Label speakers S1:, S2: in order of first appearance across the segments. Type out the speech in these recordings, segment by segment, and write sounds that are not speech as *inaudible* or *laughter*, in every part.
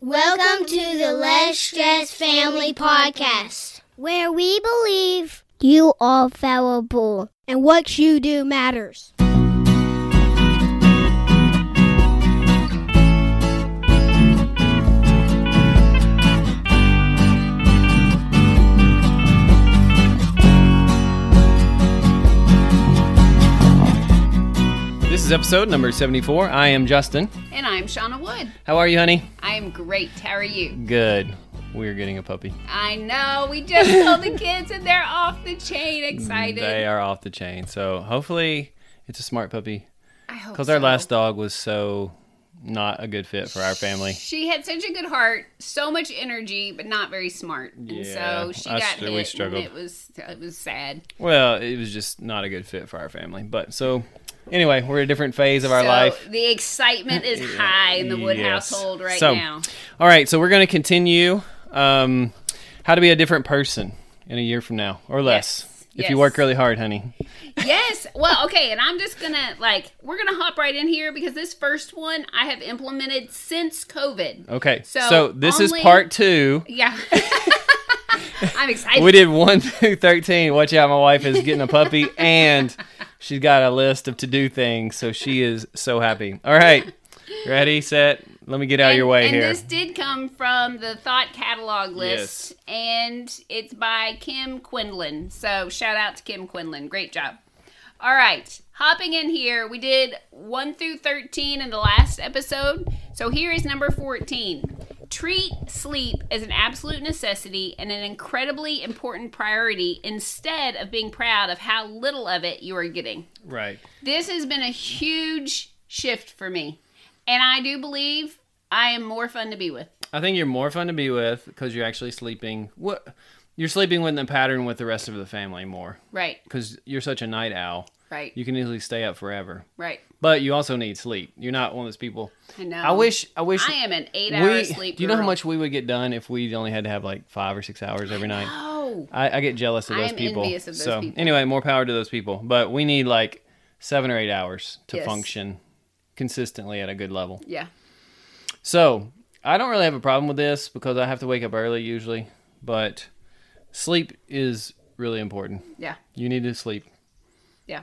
S1: Welcome to the Less Stress Family Podcast, where we believe you are fallible and what you do matters.
S2: This is episode number 74. I am Justin.
S3: And I'm Shauna Wood.
S2: How are you, honey?
S3: I'm great. How are you?
S2: Good. We're getting a puppy.
S3: I know. We just *laughs* told the kids and they're off the chain excited.
S2: Mm, They are off the chain. So hopefully it's a smart puppy
S3: I hope
S2: because our
S3: so.
S2: last dog was so not a good fit for our family.
S3: She had such a good heart, so much energy, but not very smart. And
S2: Yeah,
S3: so she
S2: I
S3: got
S2: str- we
S3: hit and
S2: struggled.
S3: it was it was sad.
S2: Well, it was just not a good fit for our family. But so anyway, we're at a different phase of our
S3: so
S2: life.
S3: the
S2: *laughs*
S3: excitement is high in the Wood
S2: Yes.
S3: household right
S2: So,
S3: now.
S2: All right, so we're going to continue um, how to be a different person in a year from now or less. If you
S3: Yes.
S2: work really hard, honey.
S3: Yes. Well, okay, and I'm just gonna like we're gonna hop right in here because this first one I have implemented since COVID.
S2: Okay. So,
S3: So
S2: this
S3: only-
S2: is part two.
S3: Yeah. *laughs* I'm excited.
S2: we did one *laughs* through 13 watch out my wife is getting a
S3: *laughs*
S2: puppy and she's got a list of to-do things so she is so happy all right ready set let me get out of your way
S3: and
S2: here
S3: this did come from the thought catalog list,
S2: Yes.
S3: and it's by Kim Quinlan. So shout out to Kim Quinlan. Great job. All right, hopping in here, we did 1 through 13 in the last episode. So here is number 14. Treat sleep as an absolute necessity and an incredibly important priority instead of being proud of how little of it you are getting
S2: right
S3: this has been a huge shift for me and i do believe i am more fun to be with
S2: i think you're more fun to be with because you're actually sleeping what you're sleeping within a pattern with the rest of the family more
S3: right
S2: because you're such a night owl
S3: right
S2: you can easily stay up forever
S3: right
S2: but you also need sleep you're not one of those people
S3: i know
S2: i wish i wish
S3: Um, i am an eight
S2: we,
S3: hour sleep
S2: do you know how
S3: girl.
S2: much we would get done if we only had to have like five or six hours every night
S3: oh
S2: I, I get jealous of
S3: I
S2: those
S3: am
S2: people.
S3: envious of those
S2: so
S3: people.
S2: anyway, more power to those people. But we need like seven or eight hours to
S3: Yes.
S2: function consistently at a good level.
S3: yeah
S2: So I don't really have a problem with this because I have to wake up early usually, but sleep is really important.
S3: yeah
S2: You need to
S3: *laughs*
S2: sleep.
S3: yeah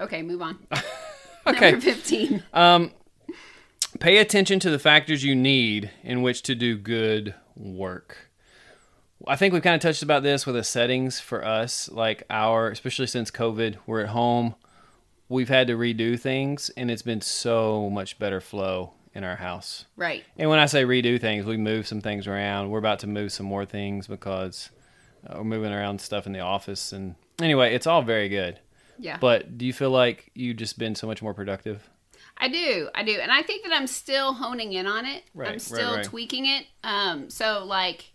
S3: okay move on
S2: *laughs* Okay. Uh,
S3: number 15
S2: Pay attention to the factors you need in which to do good work. I think we've kind of touched about this with the settings for us, like our, especially since COVID, we're at home. We've had to redo things, and it's been so much better flow in our house.
S3: right
S2: And when I say redo things, we move some things around. We're about to move some more things because uh, we're moving around stuff in the office. And anyway, it's all very good.
S3: yeah
S2: But do you feel like you've just been so much more productive?
S3: I do, I do, and I think that I'm still honing in on it.
S2: Right,
S3: I'm
S2: right,
S3: still
S2: right.
S3: tweaking it. Um, so like,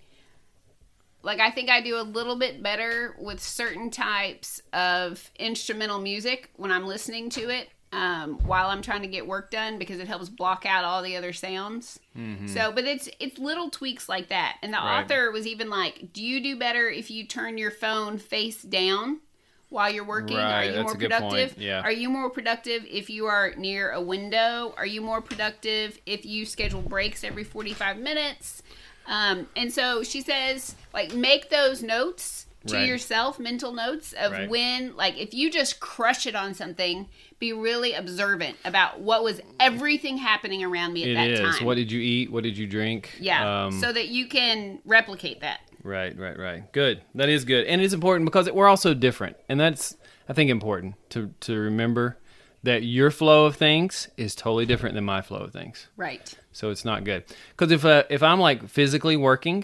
S3: like I think I do a little bit better with certain types of instrumental music when I'm listening to it um, while I'm trying to get work done because it helps block out all the other sounds. So, but it's it's little tweaks like that. And the
S2: Mm-hmm. Right.
S3: author was even like, "Do you do better if you turn your phone face down?" While you're working,
S2: Right,
S3: are you
S2: that's
S3: more
S2: a good point.
S3: productive?
S2: Yeah.
S3: Are you more productive if you are near a window? Are you more productive if you schedule breaks every 45 minutes? Um, and so she says, like, make those notes to
S2: Right.
S3: yourself, mental notes of
S2: Right.
S3: when, like, if you just crush it on something, be really observant about what was everything happening around me at
S2: It
S3: that
S2: is.
S3: time.
S2: What did you eat? What did you drink?
S3: yeah.
S2: Um,
S3: so that you can replicate that.
S2: right, right, right. Good. That is good, and it's important because we're all so different, and that's I think important to to remember that your flow of things is totally different than my flow of things.
S3: Right.
S2: So it's not good because if uh, if I'm like physically working,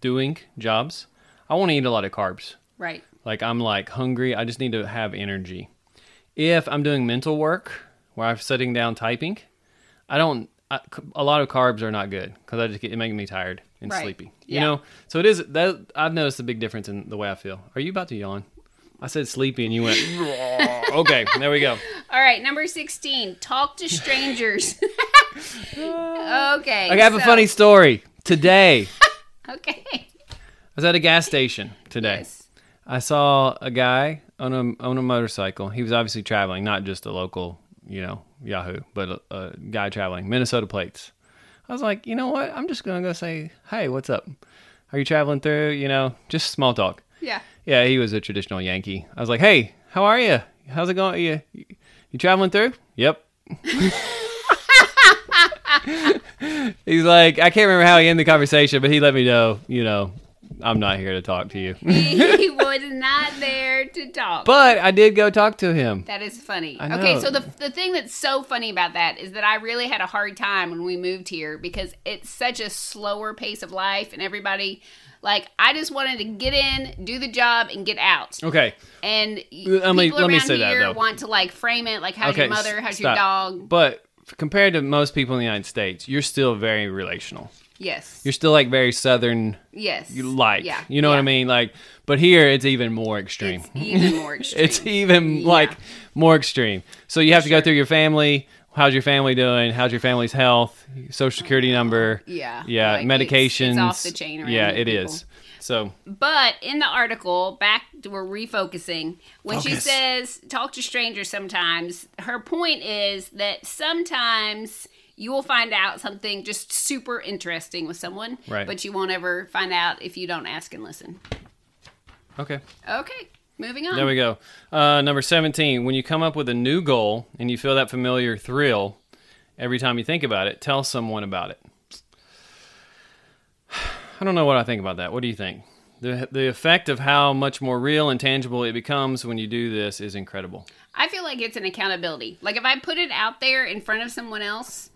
S2: doing jobs, I want to eat a lot of carbs.
S3: Right.
S2: Like I'm like hungry. I just need to have energy. If I'm doing mental work where I'm sitting down typing, I don't. I, a lot of carbs are not good because I just get it makes me tired and
S3: Right.
S2: sleepy. You
S3: Yeah.
S2: know. So it is that I've noticed a big difference in the way I feel. Are you about to yawn? I said sleepy and you went. *laughs* okay, there
S3: *laughs*
S2: we go.
S3: All right. Number 16, talk to strangers. *laughs* okay.
S2: I have a
S3: so-
S2: funny story today.
S3: *laughs* Okay.
S2: I was at a gas station today.
S3: Yes.
S2: I saw a guy on a on a motorcycle. He was obviously traveling, not just a local, you know, Yahoo, but a, a guy traveling Minnesota plates. I was like, you know what? I'm just gonna go say, hey, what's up? Are you traveling through? You know, just small talk.
S3: Yeah.
S2: Yeah, he was a traditional Yankee. I was like, hey, how are you? How's it going? You you, you traveling through? Yep. *laughs* He's like, I can't remember how he ended the conversation, but he let me know, you know, I'm not here to talk to you.
S3: he was not there to talk.
S2: but I did go talk to him.
S3: that is funny.
S2: I
S3: Okay,
S2: know.
S3: so the the thing that's so funny about that is that I really had a hard time when we moved here because it's such a slower pace of life and everybody like I just wanted to get in, do the job and get out.
S2: Okay.
S3: And
S2: Let me-
S3: people
S2: let me
S3: around
S2: say that,
S3: here
S2: though.
S3: want to like frame it like how's
S2: okay.
S3: your mother, how's your
S2: stop.
S3: dog?
S2: But f- compared to most people in the United States, you're still very relational.
S3: Yes.
S2: You're still like very southern
S3: yes.
S2: you like.
S3: Yeah.
S2: You know what
S3: yeah.
S2: I mean? Like but here it's even more extreme.
S3: It's even more
S2: *laughs*
S3: extreme.
S2: It's e- even
S3: Yeah.
S2: like more extreme. So you have to go through your family. How's your family doing? How's your family's health? Social security number.
S3: Uh, Yeah,
S2: Yeah.
S3: like, it's- it's
S2: medications.
S3: off the chain around
S2: yeah,
S3: here,
S2: it is.
S3: people.
S2: So
S3: But in the article, back to we're refocusing, when she
S2: Focus.
S3: says talk to strangers sometimes, her point is that sometimes you will find out something just super interesting with someone,
S2: Right.
S3: but you won't ever find out if you don't ask and listen.
S2: okay.
S3: Okay, moving on.
S2: There we go. Uh, number 17. When you come up with a new goal and you feel that familiar thrill every time you think about it, tell someone about it. *sighs* I don't know what I think about that. What do you think? The, the effect of how much more real and tangible it becomes when you do this is incredible.
S3: I feel like it's an accountability. Like if I put it out there in front of someone else,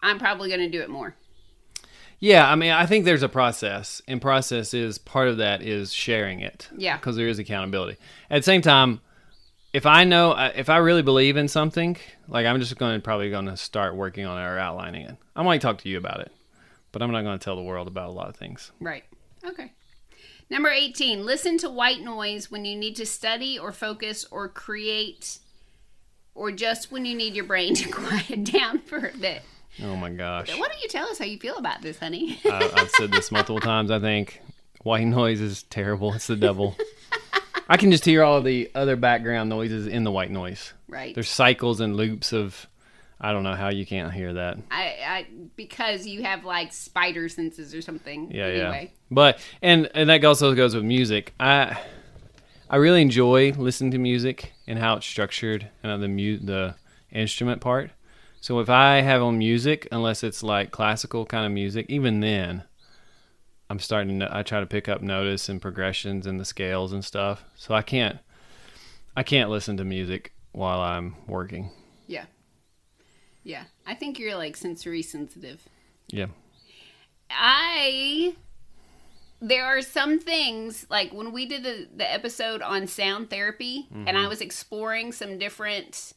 S3: I'm probably going to do it more.
S2: Yeah, I mean, I think there's a process, and process is part of that is sharing it.
S3: Yeah.
S2: because there is accountability. At the same time, if I know uh, if I really believe in something, like I'm just going to probably going to start working on it or outlining it. I might talk to you about it, but I'm not going to tell the world about a lot of things.
S3: Right. Okay. Number 18, listen to white noise when you need to study or focus or create or just when you need your brain *laughs* to quiet down for a bit.
S2: Oh my gosh,
S3: Why don't you tell us how you feel about this, honey?
S2: I, I've said this multiple times. I think white noise is terrible. It's the devil. I can just hear all the other background noises in the white noise.
S3: *laughs* right.
S2: There's cycles and loops of. I don't know how you can't hear that.
S3: I, I because you have like spider senses or something.
S2: yeah yeah
S3: anyway.
S2: but and and that also goes with music i i really enjoy listening to music and how it's structured and uh, the mu- the instrument part so if i have on music unless it's like classical kind of music even then i'm starting to i try to pick up notice and progressions and the scales and stuff so i can't i can't listen to music while i'm working
S3: Yeah. Yeah. I think you're like sensory sensitive.
S2: yeah
S3: I there are some things like when we did the, the episode on sound therapy and
S2: Mm-hmm.
S3: I was exploring some different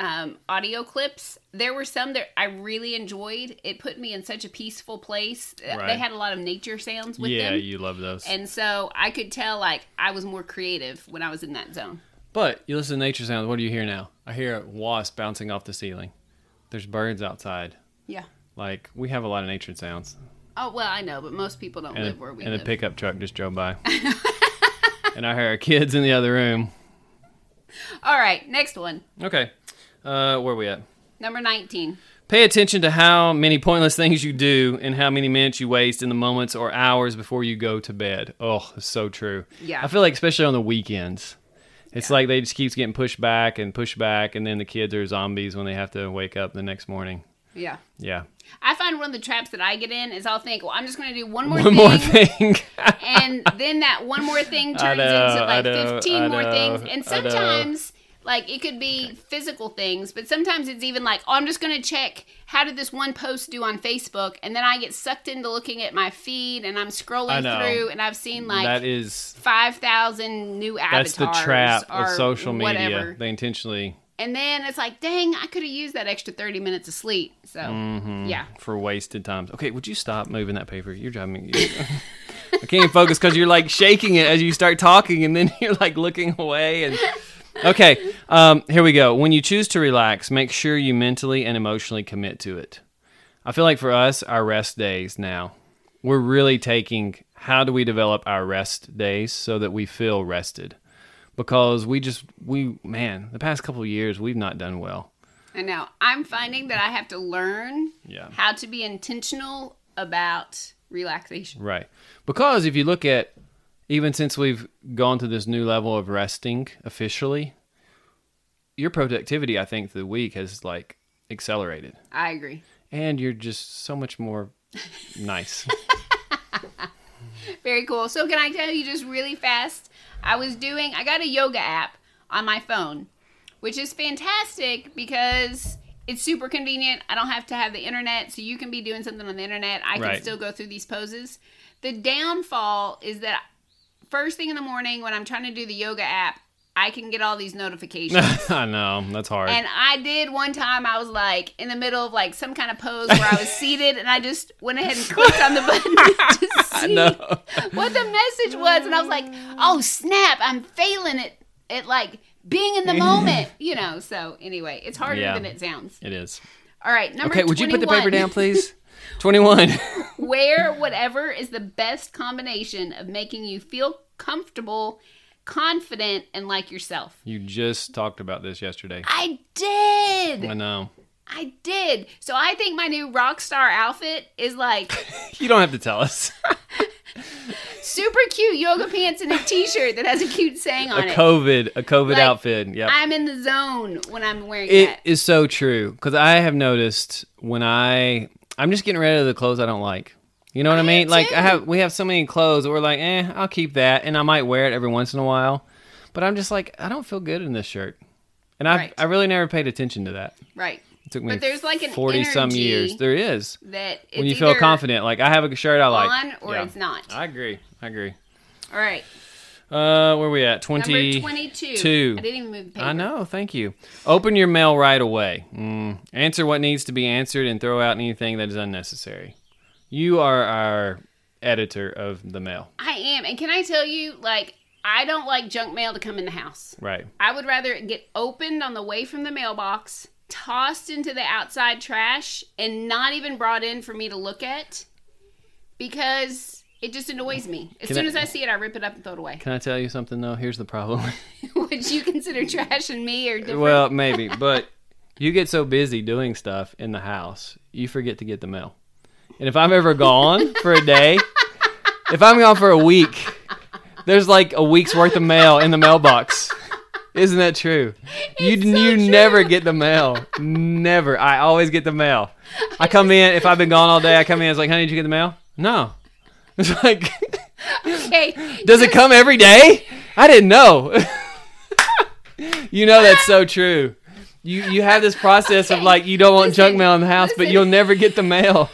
S3: um, audio clips. There were some that I really enjoyed. It put me in such a peaceful place. Uh, They
S2: Right.
S3: had a lot of nature sounds with
S2: yeah
S3: them.
S2: you love those
S3: and so I could tell like I was more creative when I was in that zone.
S2: But you listen to nature sounds. What do you hear now? I hear a wasp bouncing off the ceiling. There's birds outside.
S3: Yeah.
S2: Like we have a lot of nature sounds.
S3: Oh well, I know, but most people don't
S2: And,
S3: live
S2: a,
S3: where we
S2: and a
S3: live.
S2: pickup truck just drove
S3: *laughs*
S2: by. and I hear our kids in the other room.
S3: All right, next one.
S2: Okay, uh, where are we at?
S3: Number 19.
S2: Pay attention to how many pointless things you do and how many minutes you waste in the moments or hours before you go to bed. Oh, it's so true.
S3: Yeah.
S2: I feel like especially on the weekends. It's like they just keeps getting pushed back and pushed back and then the kids are zombies when they have to wake up the next morning.
S3: Yeah.
S2: Yeah.
S3: I find one of the traps that I get in is I'll think, well, I'm just going to do one more
S2: one
S3: thing.
S2: more thing.
S3: *laughs* and then that one more thing
S2: I
S3: turns
S2: know,
S3: into
S2: I
S3: like
S2: know,
S3: 15
S2: I
S3: more
S2: know,
S3: things.
S2: I know.
S3: And sometimes, like, it could be physical things, but sometimes it's even like, oh, I'm just going to check how did this one post do on Facebook? And then I get sucked into looking at my feed and I'm
S2: I
S3: scrolling
S2: know.
S3: through and I've seen
S2: *laughs* that
S3: like
S2: is
S3: 5,000 new avatars.
S2: that's the trap of
S3: or
S2: social media.
S3: Whatever.
S2: They intentionally
S3: And then it's like, dang, I could have used that extra 30 minutes of sleep. So,
S2: Mm-hmm.
S3: yeah.
S2: for wasted times. Okay, would you stop moving that paper? You're driving me. I can't even focus because you're like shaking it as you start talking, and then *laughs* you're like looking away. And okay, um, here we go. When you choose to relax, make sure you mentally and emotionally commit to it. I feel like for us, our rest days now, we're really taking how do we develop our rest days so that we feel rested because we just we man the past couple of years we've not done well
S3: I know. I'm finding that I have to learn
S2: Yeah.
S3: how to be intentional about relaxation.
S2: Right. Because if you look at even since we've gone to this new level of resting officially, your productivity I think the week has like accelerated.
S3: I agree.
S2: And you're just so much more nice. *laughs*
S3: Very cool. So can I tell you just really fast? I was doing I got a yoga app on my phone, which is fantastic because it's super convenient. I don't have to have the internet, so you can be doing something on the internet. I
S2: Right.
S3: can still go through these poses. The downfall is that first thing in the morning when I'm trying to do the yoga app, I can get all these notifications.
S2: I know, that's hard. *laughs*
S3: And I did one time. I was like in the middle of like some kind of pose where I
S2: *laughs*
S3: was seated, and I just went ahead and clicked on the button *laughs* to see *laughs*
S2: know.
S3: what the message was, and I was like, "Oh snap! I'm failing it at like being in the moment, you know." So anyway, it's harder
S2: Yeah.
S3: than it sounds.
S2: it is.
S3: All right, number
S2: Okay, would you put the paper
S3: 21.
S2: down
S3: *laughs*
S2: please? 21.
S3: Wear whatever is the best combination of making you feel comfortable, confident, and like yourself.
S2: *laughs* you just talked about this yesterday.
S3: I did.
S2: I know.
S3: I did. So I think my new rock star outfit is like
S2: You don't have to tell us.
S3: super cute yoga pants and a t-shirt that has a cute saying
S2: A
S3: on it.
S2: COVID, a COVID
S3: Like,
S2: outfit. Yep.
S3: I'm in the zone when I'm wearing
S2: It
S3: that.
S2: is so true because I have noticed when I I'm just getting rid of the clothes I don't like. You know what I,
S3: I am
S2: mean? Like I
S3: too.
S2: have we have so many clothes that we're like, eh, I'll keep that, and I might wear it every once in a while, but I'm just like, I don't feel good in this shirt, and I
S3: Right.
S2: I really never paid attention to that.
S3: Right.
S2: It took me
S3: But there's like an
S2: forty some
S3: energy
S2: years. There is
S3: That it's
S2: when you feel
S3: either
S2: confident. Like I have a shirt I like,
S3: on or
S2: Yeah.
S3: it's not.
S2: I agree. I agree.
S3: All right.
S2: Uh, where we at?
S3: Number
S2: Twenty.
S3: 22.
S2: two.
S3: I didn't even move the paper.
S2: I know. Thank you. Open your mail right away. Mm. Answer what needs to be answered and throw out anything that is unnecessary. You are our editor of the mail,
S3: I am. And can I tell you like I don't like junk mail to come in the house.
S2: right?
S3: I would rather it get opened on the way from the mailbox, tossed into the outside trash, and not even brought in for me to look at because it just annoys me. As
S2: Can
S3: soon
S2: I-
S3: as I see it, I rip it up and throw it away.
S2: Can I tell you something though? Here's the problem.
S3: *laughs* Would you consider trash and me or different?
S2: well, maybe, but you get so busy doing stuff in the house, you forget to get the mail. And if I'm ever gone for a day, if I'm gone for a week, there's like a week's worth of mail in the mailbox. Isn't that true? you you never get the mail. Never. I always get the mail. I come in if I've been gone all day. I come in. It's like, honey, did you get the mail? No. *laughs* It's like,
S3: okay.
S2: does it come every day? I didn't know. *laughs* you know that's so true. You you have this process of
S3: Okay,
S2: like you don't want junk
S3: listen,
S2: mail in the house, but
S3: listen.
S2: you'll never get the
S3: *laughs*
S2: mail.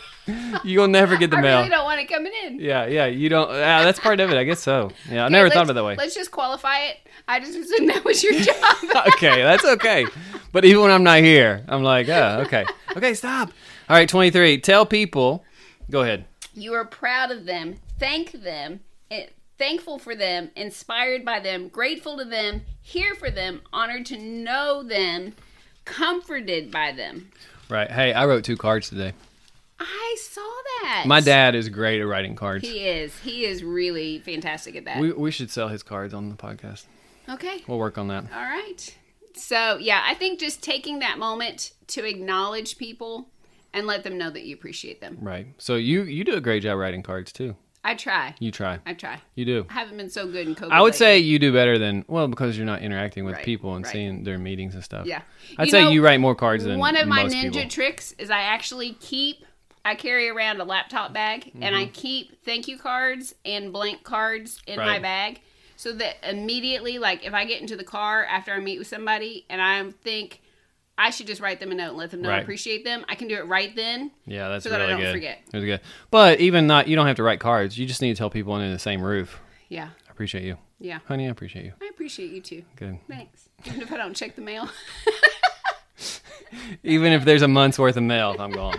S2: You'll never get the
S3: I
S2: mail.
S3: really don't want it coming in.
S2: yeah, yeah, you don't. ah, that's part of it, I guess so. Yeah, I never
S3: Okay,
S2: thought
S3: let's-
S2: of it that way.
S3: Let's just qualify it. I just assumed that was
S2: *laughs*
S3: your job.
S2: okay, that's okay. But even when I'm not here, I'm like, oh, okay, okay, stop. All right, 23. Tell people. Go ahead.
S3: you are proud of them, thank them, eh, thankful for them, inspired by them, grateful to them, here for them, honored to know them, comforted by them.
S2: Right. Hey, I wrote two cards today.
S3: I saw that.
S2: My dad is great at writing cards.
S3: He is. He is really fantastic at that.
S2: We we should sell his cards on the podcast.
S3: okay.
S2: We'll work on that.
S3: All right. So, yeah, I think just taking that moment to acknowledge people and let them know that you appreciate them.
S2: Right. So you you do a great job writing cards too.
S3: I try.
S2: You try.
S3: I try.
S2: You do.
S3: I haven't been so good in COVID.
S2: I would say
S3: lately.
S2: you do better than well because you're not interacting with
S3: Right,
S2: people and
S3: right.
S2: seeing their meetings and stuff.
S3: Yeah.
S2: I'd
S3: You
S2: say
S3: know,
S2: you write more cards than
S3: one of my
S2: most
S3: ninja
S2: people.
S3: tricks is I actually keep I carry around a laptop bag and
S2: Mm-hmm.
S3: I keep thank you cards and blank cards in my
S2: Right.
S3: bag so that immediately like if I get into the car after I meet with somebody and I think I should just write them a note and let them know I
S2: Right.
S3: appreciate them, I can do it right then.
S2: Yeah, that's
S3: so that I
S2: really
S3: don't
S2: good.
S3: forget.
S2: That's good. But even not, you don't have to write cards. You just need to tell people under the same roof.
S3: Yeah.
S2: I appreciate you,
S3: Yeah.
S2: honey. I appreciate you.
S3: I appreciate you too. *laughs*
S2: Good.
S3: Thanks. Even if I don't check the mail. *laughs*
S2: Even if there's a month's worth of mail, if I'm
S3: *laughs*
S2: gone.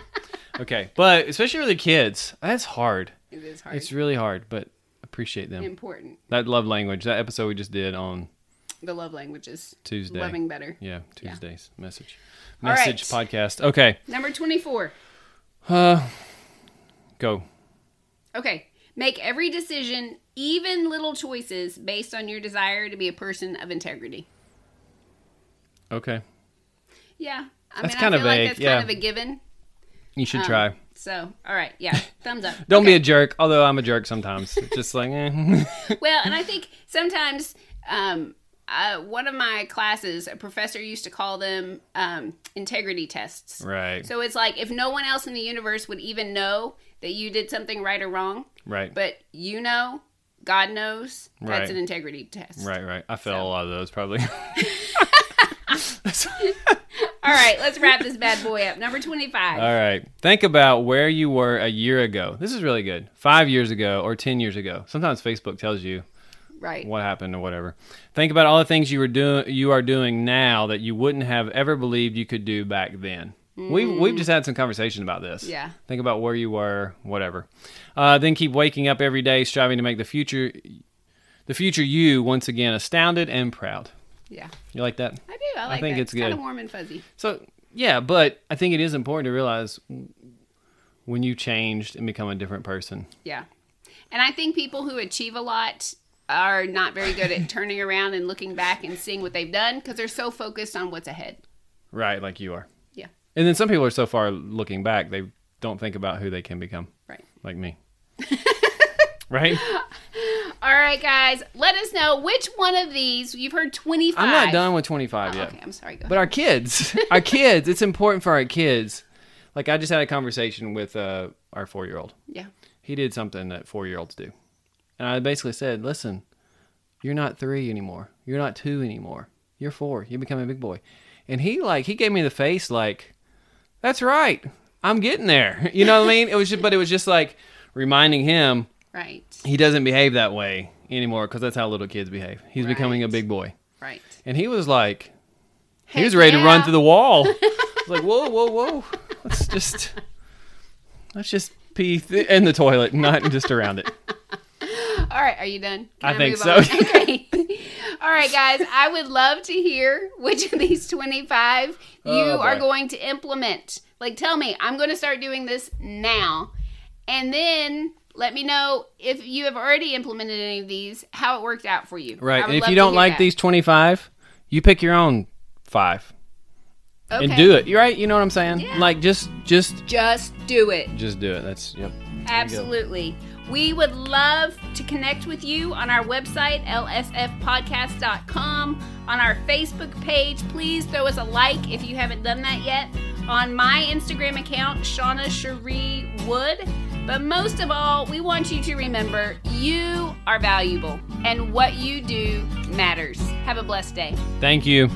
S2: Okay, but especially with the kids, that's hard.
S3: it is hard.
S2: It's really hard, but appreciate them.
S3: important.
S2: That love language. That episode we just did on
S3: The love languages.
S2: Tuesday.
S3: Loving better.
S2: yeah Tuesday's message,
S3: All right.
S2: message podcast. Okay,
S3: Number 24.
S2: go.
S3: Okay. Make every decision, even little choices, based on your desire to be a person of integrity.
S2: Okay,
S3: Yeah. I
S2: That's
S3: mean,
S2: kinda
S3: I feel like
S2: vague,
S3: that's
S2: yeah.
S3: kind of a given.
S2: You should
S3: Um,
S2: try.
S3: So, all right,
S2: *laughs*
S3: yeah, thumbs up.
S2: Don't be
S3: Okay.
S2: a jerk, although I'm a jerk
S3: *laughs*
S2: sometimes. It's just like, eh.
S3: Well, and I think sometimes um, uh, one of my classes, a professor used to call them um, integrity tests.
S2: right,
S3: So it's like if no one else in the universe would even know that you did something right or wrong,
S2: right,
S3: but you know, God knows, that's
S2: Right.
S3: an integrity test.
S2: right, right. I fail
S3: So-
S2: a lot of those probably. *laughs*
S3: All right, let's wrap this bad boy up. Number 25.
S2: All right. Think about where you were a year ago. This is really good. Five years ago or 10 years ago. Sometimes Facebook tells you
S3: right.
S2: what happened or whatever. Think about all the things you were doing you are doing now that you wouldn't have ever believed you could do back then. We've we've just had some conversation about this.
S3: Yeah.
S2: Think about where you were, whatever. Uh, then keep waking up every day, striving to make the future the future you once again astounded and proud.
S3: Yeah.
S2: You like that?
S3: I do. I like
S2: think
S3: that.
S2: it's
S3: kind
S2: good.
S3: of warm and fuzzy.
S2: So yeah, but I think it is important to realize when you changed and become a different person.
S3: Yeah. And I think people who achieve a lot are not very good at turning around and looking back and seeing what they've done because they're so focused on what's ahead.
S2: Right, like you are.
S3: Yeah.
S2: And then some people are so far looking back they don't think about who they can become.
S3: Right.
S2: Like
S3: *laughs*
S2: me. right?
S3: All right, guys. Let us know which one of these you've heard 25.
S2: I'm not done with twenty five yet.
S3: Okay, I'm sorry. Go
S2: But our kids,
S3: *laughs*
S2: our kids, it's important for our kids. Like I just had a conversation with uh, our four year old.
S3: ahead.
S2: He did something that four year olds do. And I basically said, listen, you're not three anymore. You're not two anymore. You're four. You become a big boy. And he like he gave me the face like, That's right. I'm getting there. *laughs* You know what I mean? It was just but it was just like reminding him
S3: Yeah. Right.
S2: he doesn't behave that way anymore because that's how little kids behave. He's becoming a
S3: Right.
S2: big boy.
S3: Right.
S2: And he was like, he was
S3: Heck
S2: ready to run
S3: yeah.
S2: through the
S3: *laughs*
S2: wall. I was like, whoa, whoa, whoa. Let's just, let's just pee th- in the toilet, not just around
S3: *laughs*
S2: it.
S3: All right, are you done? Can
S2: I think
S3: move
S2: so.
S3: on?
S2: *laughs*
S3: Okay. *laughs* All right, guys. I would love to hear which of these 25 you
S2: Oh,
S3: are
S2: boy.
S3: going to implement. Like, tell me, I'm going to start doing this now. And then let me know if you have already implemented any of these, how it worked out for you.
S2: Right.
S3: I
S2: And
S3: would
S2: if
S3: love
S2: you
S3: to
S2: don't
S3: hear
S2: like
S3: that.
S2: these 25, you pick your own five and
S3: Okay.
S2: do it. You're right. You know what I'm saying?
S3: Yeah.
S2: Like, just, just,
S3: Just do it.
S2: just do it. That's, yep.
S3: Absolutely. We would love to connect with you on our website, lsfpodcast.com, on our Facebook page. Please throw us a like if you haven't done that yet. On my Instagram account, Shauna Cherie Wood. But most of all, we want you to remember you are valuable and what you do matters. Have a blessed day.
S2: Thank you.